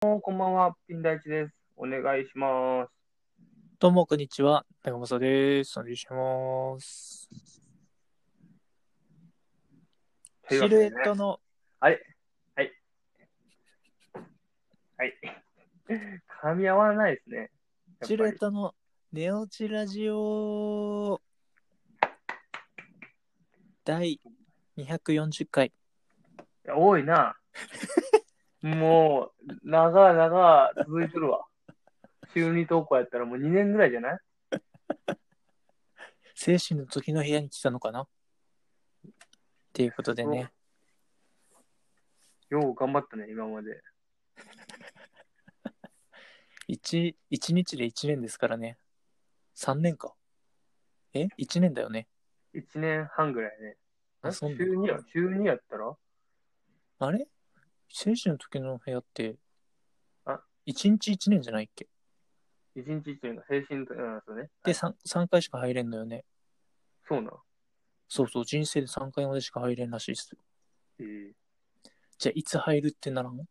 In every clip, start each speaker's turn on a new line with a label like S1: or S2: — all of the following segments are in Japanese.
S1: こんばんは、ピン大地です。お願いします。
S2: どうも、こんにちは。長政です。お願いします。
S1: とい
S2: シ
S1: うわけ
S2: ル
S1: で
S2: エ
S1: ね
S2: ットの、
S1: はい。噛み合わない ですね。
S2: シルエ
S1: やっ
S2: ットの寝落ちラジオ第240回。
S1: ぱり多いな。もう、長々続いてるわ。中二投稿やったらもう2年ぐらいじゃない
S2: 精神の時の部屋に来たのかなっていうことでね。
S1: よう頑張ったね、今まで。
S2: 一一日で一年ですからね。三年か。え一年だよね。
S1: 1年半ぐらいね。
S2: あ
S1: 中
S2: そんな
S1: 2や、中二やったら
S2: あれ精神の時の部屋って
S1: あ、
S2: 一日一年じゃないっけ
S1: ?1 日1年が精神と、うん、そうね。
S2: で 3, 3回しか入れんのよね。
S1: そうな。
S2: そうそう、人生で3回までしか入れんらしいっすよ。
S1: えー
S2: じゃあ、いつ入るってならん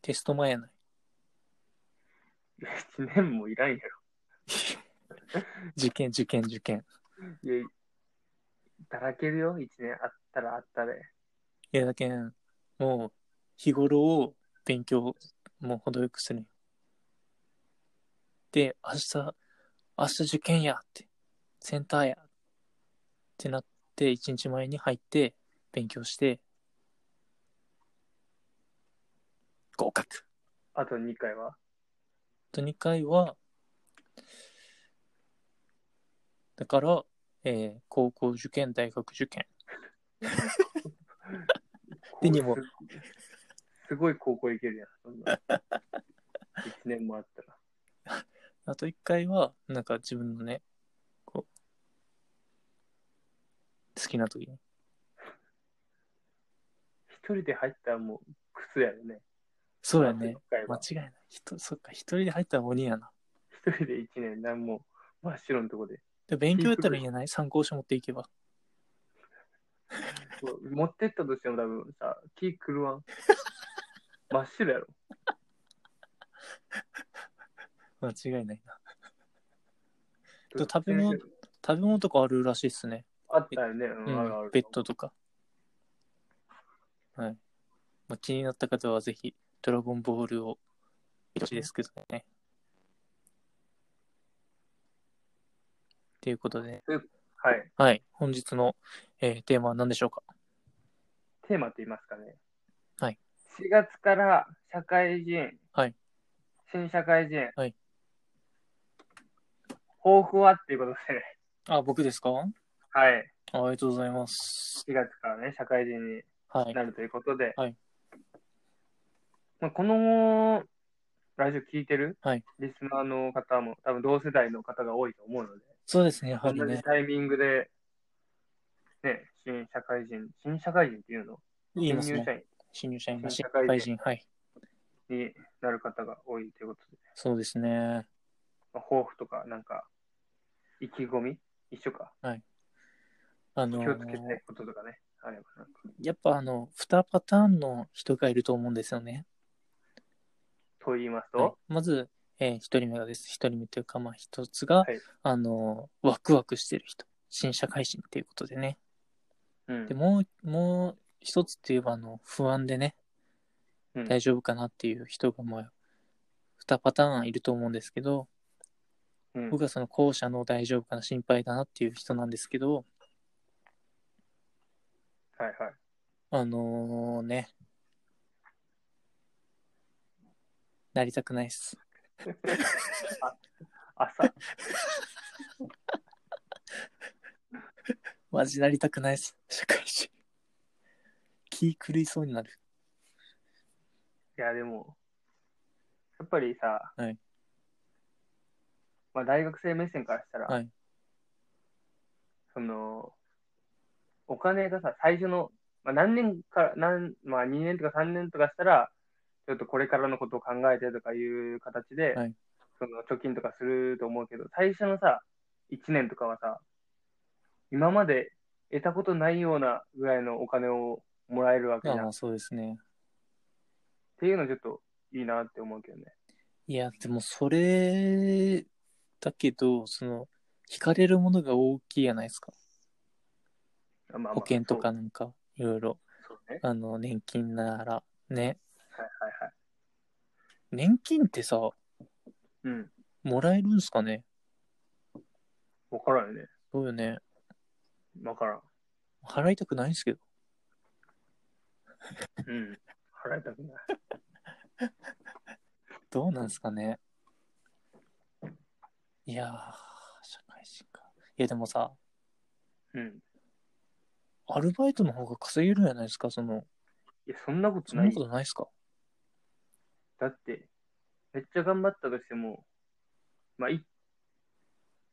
S2: テスト前やない。
S1: いや1年もいらんや
S2: 受験、受験、受験。
S1: ろ。いや、だらけるよ、1年あったらあったで。
S2: いや、だけん、もう、日頃を勉強、もう程よくする。で、明日、明日受験やって、センターやってなって、1日前に入って、勉強して、合格。
S1: あと2回は。
S2: あと2回は、だから、えー高校受験、大学受験。手にも
S1: すすごい高校行けるやん、そんな。1年もあったら。
S2: あと1回は、なんか自分のね、こう、好きな時に。
S1: 一人で入ったらもう、クソやろね。
S2: そうやね
S1: 一。回
S2: 間
S1: は
S2: 違いない。ひとそっか、一人で入ったら鬼やな。
S1: 一人で1年、なんも真っ白のとこで。
S2: で勉強やったらいいんじゃない参考書持っていけば。
S1: 持ってったとしても多分さ、気狂わん。真っ白や ろ。
S2: 間違いないな。と食べ物食べ物とかあるらしいっすね。
S1: あったよね。うん
S2: う
S1: あるあ
S2: ん
S1: る。
S2: ベッドとか。はい。まあ、気になった方はぜひ、ドラゴンボールを、一ちですけどね。ということで、
S1: はい。
S2: はい。本日の、えーテーマは何でしょうか
S1: テーマって言いますかね。
S2: はい。
S1: 4月から社会人。
S2: はい。
S1: 新社会人。
S2: はい。
S1: 抱負はっていうことでね。
S2: あ、僕ですかあ
S1: はい。
S2: ありがとうございます。
S1: 4月からね、社会人に
S2: はい。
S1: なるということで、
S2: はい
S1: まあ、このラジオ聞いてる、
S2: はい
S1: リスナーの方も、多分同世代の方が多いと思うので、
S2: そうですね、やはり
S1: 同じ
S2: ね。
S1: タイミングで、ね、新社会人、新社会人っていうの、
S2: 言います
S1: 新入
S2: ね
S1: 社。員
S2: 新入社員が
S1: 新
S2: 新
S1: 社会人
S2: 会人。はい。
S1: になる方が多いということで、
S2: そうですね。
S1: まあ、抱負とか、なんか、意気込み、一緒か、
S2: あの
S1: 気をつけ
S2: ー、
S1: たいこととかね、あればなんか、
S2: やっぱあの、2パターンの人がいると思うんですよね。
S1: と言いますと、
S2: はい、まず、えー、1人目がです。1人目というか、まあ、1つが、
S1: はい
S2: あのー、ワクワクしてる人。新社会人っていうことでね。
S1: うん
S2: で、もう、もう一つって言えば、あの、不安でね、
S1: うん
S2: 大丈夫かなっていう人が、まあ、2パターンいると思うんですけど、
S1: うん
S2: 僕はその後者の大丈夫かな、心配だなっていう人なんですけど、
S1: はいはい。
S2: あのーね、なりたくないっす。
S1: 朝、
S2: マジなりたくないっす。社会人。気狂いそうになる。
S1: いや、でも、やっぱりさ、
S2: はい
S1: まあ、大学生目線からしたら、
S2: はい
S1: その、お金がさ、最初の、まあ、何年か、何まあ、2年とか3年とかしたら、ちょっとこれからのことを考えてとかいう形で、
S2: はい
S1: その貯金とかすると思うけど、最初のさ、1年とかはさ、今まで得たことないようなぐらいのお金をもらえるわけじゃ
S2: あ
S1: ん
S2: まあ、そうですね。
S1: っていうのちょっといいなって思うけどね。
S2: いや、でもそれ、だけど、その、惹かれるものが大きいじゃないですか。
S1: まあまあ
S2: 保険とかなんか、いろいろ。
S1: そう。そうね。
S2: あの、年金なら、ね。
S1: はいはいはい。
S2: 年金ってさ、
S1: うん。
S2: もらえるんすかね
S1: わからんよね。
S2: そうよね。
S1: わからん。
S2: 払いたくないんすけど。
S1: うん。 払いたくない。
S2: どうなんすかねいやー、社会人か。いや、でもさ、
S1: うん。
S2: アルバイトの方が稼げるじゃないですか、その、
S1: いや、そんなこと
S2: そ
S1: なんい
S2: な
S1: よ
S2: ことないっすか
S1: だって、めっちゃ頑張ったとしても、まあ、い、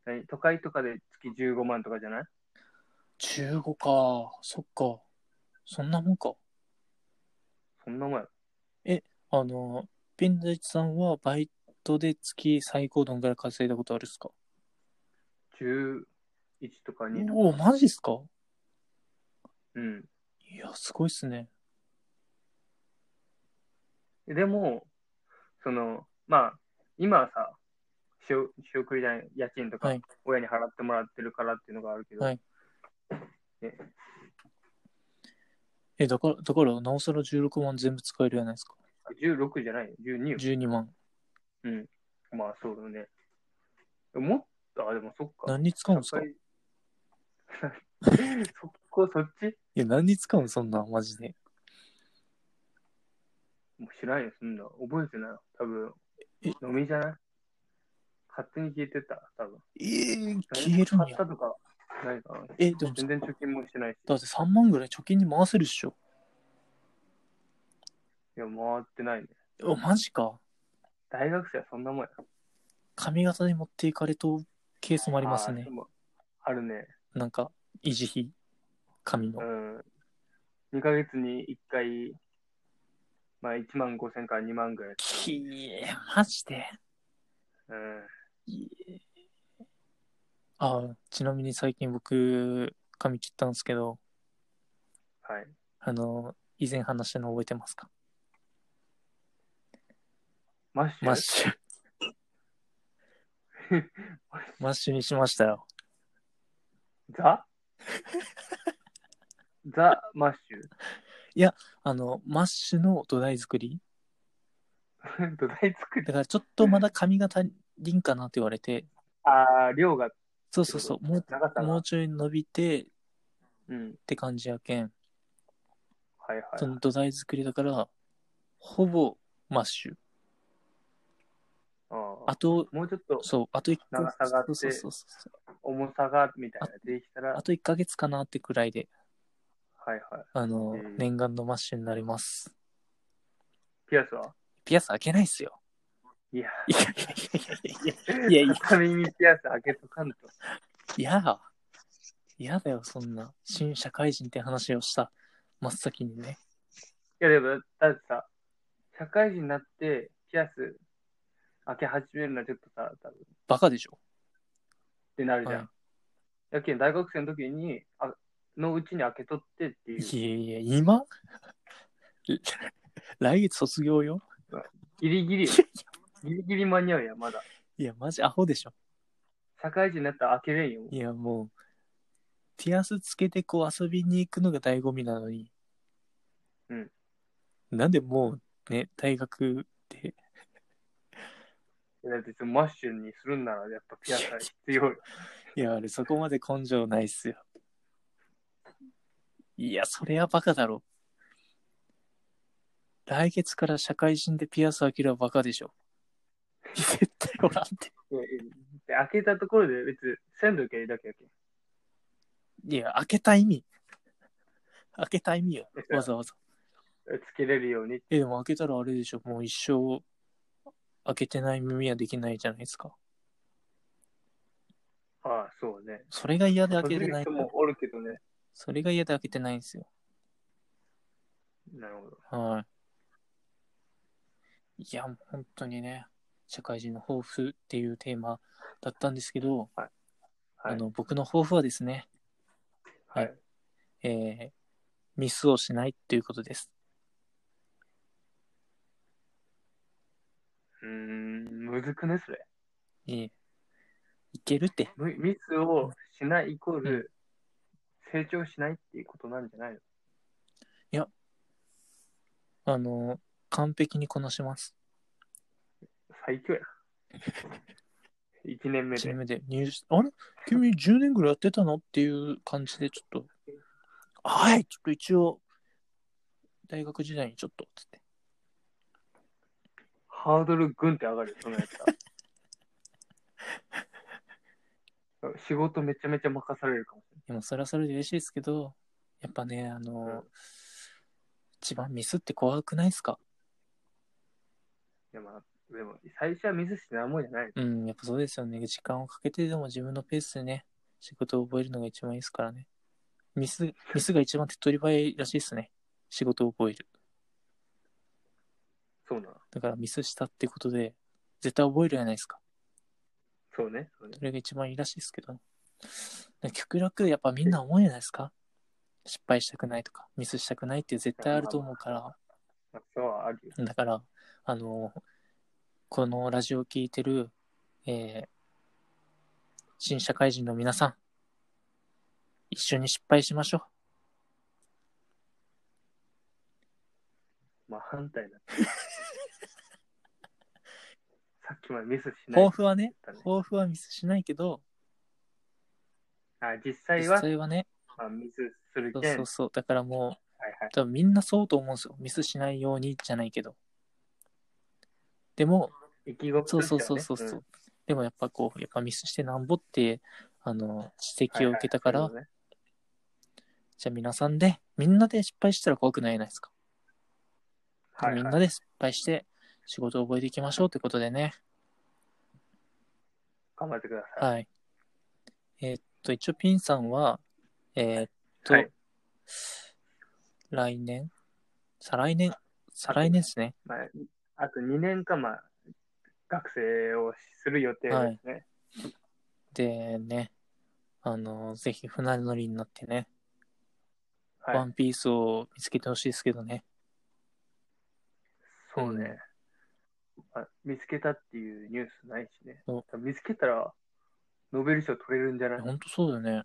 S1: 何都会とかで月15万とかじゃない
S2: ?15 か。そっか。そんなもんか。
S1: そんなもんや。
S2: あの、ピンダイチさんはバイトで月最高どんぐらい稼いだことあるっすか
S1: 11とか2とか。
S2: おお、マジっすか
S1: うん。
S2: いや、すごいっすね。
S1: でも、その、まあ、今はさ、仕送仕送りじゃない、家賃とか
S2: はい、
S1: 親に払ってもらってるからっていうのがあるけど、
S2: はいえ、だから、だから、なおさら16万全部使えるじゃないですか。
S1: 16じゃないよ、12よ。
S2: 12万。
S1: まあ、そうだね。もっと、あ、でもそっか。
S2: 何に使うんすかい
S1: 社会 そこ、そっち
S2: や、何に使うんそんなん、マジで。
S1: もう知らんよ、そんな。覚えてない。多分
S2: え
S1: 飲みじゃない勝手に消えてた、多分
S2: えー、消えるん
S1: 買っ
S2: や。
S1: たとか、ないかな。
S2: え、でも、
S1: 全然貯金もしてないし。
S2: だって3万ぐらい貯金に回せるっしょ。
S1: いや、回ってないね。
S2: お、マジか。
S1: 大学生はそんなもんや。
S2: 髪型に持っていかれとうケースもあ
S1: あ
S2: りますね
S1: ーで。もあるね。
S2: なんか、維持費。髪
S1: う
S2: の。
S1: ん。2ヶ月に1回、まあ1万5千から2万ぐらい。
S2: きえ、マジで。
S1: うん。
S2: いえあ、ちなみに最近僕、髪切ったんですけど、
S1: はい。
S2: あの、以前話したの覚えてますか
S1: マッシュ
S2: マッシュ。マッシュにしましたよ。
S1: ザ ザ・マッシ
S2: あの、マッシュの土台作り。
S1: ュ。 土台作
S2: だ
S1: り。
S2: からちょっとまだ髪が足りんかなって言われて、
S1: ああ、量が、
S2: そうそうそう、も
S1: 長さ
S2: う、
S1: が
S2: もうちょい伸びてっ
S1: うん。
S2: て感じやけん、
S1: はいはい。
S2: その土台作りだから、ほぼマッシュ。
S1: あ
S2: あと、
S1: もうちょっと
S2: そう、あと1
S1: 長さがあって
S2: そうそうそうそう
S1: 重さがみたいなできたら、は
S2: あと1ヶ月かなってくらいで、
S1: いはい。
S2: あの、
S1: うん
S2: 念願のマッシュになります。
S1: ピアスは
S2: ピアス開けないっすよ。
S1: いや、
S2: いやいやいやいやいやいやいや
S1: 片耳ピアス開けとかんと。
S2: いや、いや、いやだよ、そんな。新社会人って話をした真っ先にね。
S1: いやでも、だってさ、社会人になってピアス開け始めるのはちょっとさ、多分っ
S2: バカでしょ。
S1: てなるじゃん。
S2: はい
S1: やけん、大学生の時に、あのうちに開けとってっていう、
S2: いやいや、今 来月卒業よ。
S1: ギリギリ よ、ギリギリ間に合うやん、まだ。
S2: いや、マジアホでしょ。
S1: 社会人になったら開けれんよ。
S2: いや、もう、ピアスつけてこう遊びに行くのが醍醐味なのに。
S1: うん。
S2: なんでもう、ね、大学で、
S1: だってそのマッシュにするんなら、やっぱピアスは必要よ。
S2: いや、あれ、そこまで根性ないっすよ。いや、それはバカだろ。来月から社会人でピアス開けるはバカでしょ。 絶対おらんて。
S1: でで開けたところで別に鮮度受けだけやけん。
S2: いや、開けた意味。開けた意 味よ。わざわざ。
S1: つけれるように。
S2: え、でも開けたらあれでしょ。もう一生、開けてない耳はできないじゃないですか。
S1: ああ、そうね。
S2: それが嫌で開
S1: 閉
S2: け
S1: じ
S2: て
S1: る
S2: ない
S1: 人。もおるけどね。
S2: それが嫌で開けてないんですよ。
S1: なるほど。
S2: はい。いや、もう本当にね、社会人の抱負っていうテーマだったんですけど、
S1: はい
S2: あの僕の抱負はですね、
S1: はい。
S2: えーミスをしないということです。
S1: むずくね、それ。
S2: いえ。いけるって。
S1: むミスをしないイコール、成長しないっていうことなんじゃないの
S2: あの、完璧にこなします。
S1: 最 強や。1年目
S2: チー
S1: で。
S2: ムで入社あれ君10年ぐらいやってたのっていう感じで、ちょっと、はい、ちょっと一応、大学時代にちょっと、つって。
S1: ハードルぐんって上がるよ、そのやつ は。仕事めちゃめちゃ任されるかもしれない。
S2: でも、それはそれで嬉しいですけど、やっぱね、あの、
S1: うん
S2: 一番ミスって怖くないですか
S1: でも、でも最初はミスしてなんもんじゃないの。
S2: うん、やっぱそうですよね。時間をかけてでも自分のペースでね、仕事を覚えるのが一番いいですからね。ミス、ミスが一番手っ取り早いらしいですね。仕事を覚える。
S1: そうなの。
S2: だからミスしたってことで、絶対覚えるじゃないですか。
S1: そうね。そうね
S2: それが一番いいらしいですけど。だから極力、やっぱみんな思うじゃないですか。失敗したくないとか、ミスしたくないって絶対あると思うから。
S1: まあ、そうはあるよ。
S2: だから、あの、このラジオを聞いてる、えー新社会人の皆さん、一緒に失敗しましょ
S1: まあ反対だ。 さっきまでミスし
S2: う。
S1: ない
S2: 抱
S1: って
S2: 負はね、
S1: 言ったね。
S2: 抱負はミスしないけど、
S1: あ実際
S2: 実
S1: は、
S2: 際はね、
S1: まあ、ミスする
S2: そう
S1: けん。
S2: そうそう、だからも
S1: はいは
S2: う
S1: い、。
S2: 多分みんなそうと思うんですよ。ミスしないようにじゃないけど。でも、
S1: 意気込みと
S2: そ
S1: し
S2: う
S1: て
S2: そ
S1: は
S2: う
S1: ね
S2: そうそう。
S1: ん
S2: そうでもやっぱこう、やっぱミスしてなんぼって、あの、指摘を受けたから、
S1: はいはい
S2: じゃあ皆さんで、みんなで失敗したら怖くないじゃないですか。
S1: そうね
S2: みん
S1: はい
S2: な
S1: はい
S2: で失敗して仕事を覚えていきましょうということでね。
S1: 頑張ってください。
S2: はい。えーっと、一応ピンさんは、えーっと、
S1: はい
S2: 来年再来年再来年ですね。
S1: まあ、あと2年間、まあ、学生をする予定ですね。
S2: でね、あの、ぜひ船乗りになってね、
S1: はい。
S2: ワンピースを見つけてほしいですけどね。
S1: そうね、まあ。見つけたっていうニュースないしね
S2: そ。
S1: 見つけたら、ノーベル賞取れるんじゃない
S2: ほんとそうだよね。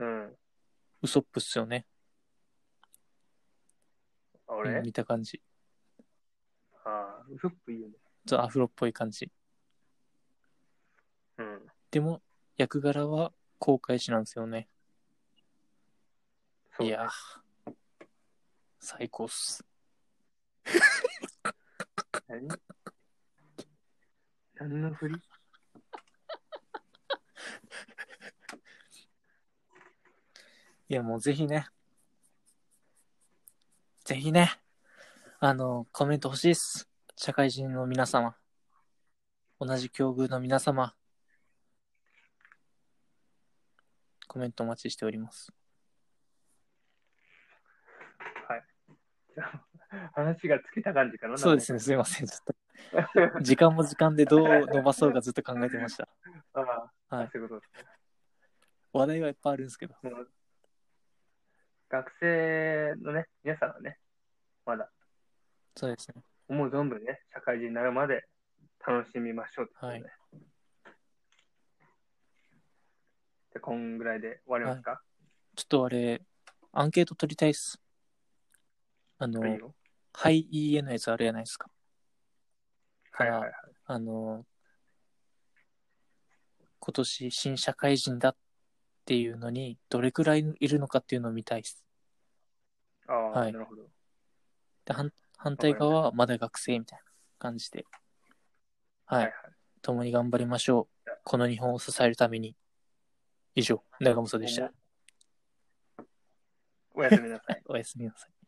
S1: うん。
S2: ウソップっすよね。
S1: あ俺、
S2: うん見た感じ。
S1: ああ、ウソップいいよね。
S2: ちょっとアフロっぽい感じ。
S1: うん。
S2: でも、役柄は航海士なんですよね。
S1: そう
S2: い
S1: ね
S2: やー最高っす。
S1: 何 何の振り
S2: いや、もうぜひね。ぜひね。あの、コメント欲しいっす。社会人の皆様。同じ境遇の皆様。コメントお待ちしております。
S1: 話がつけた感じかな
S2: そうです
S1: ね。
S2: ね、すいません。ちょっと。時間も時間でどう伸ばそうかずっと考えて ました。
S1: ああ、
S2: はい
S1: そういうこと
S2: 話題はいっぱいあるんですけど。
S1: ですもう学生のね、皆さんはね、まだ
S2: そうですね。
S1: 思う存分ね、社会人になるまで楽しみましょうってことね。
S2: はい
S1: じゃあこんぐらいで終わりますか、
S2: ちょっとあれ、アンケート取りたいっす。あの、
S1: いいよ
S2: はい、いいえのやつあるじゃないですか。
S1: はいはいは
S2: から
S1: い。
S2: あの、今年新社会人だっていうのに、どれくらいいるのかっていうのを見たいです。
S1: ああ、
S2: はい
S1: なるほど。
S2: で反反対側はまだ学生みたいな感じで。は
S1: はい
S2: い。共に頑張りましょう。この日本を支えるために。以上、長本でした。
S1: おやすみなさい。
S2: おやすみなさい。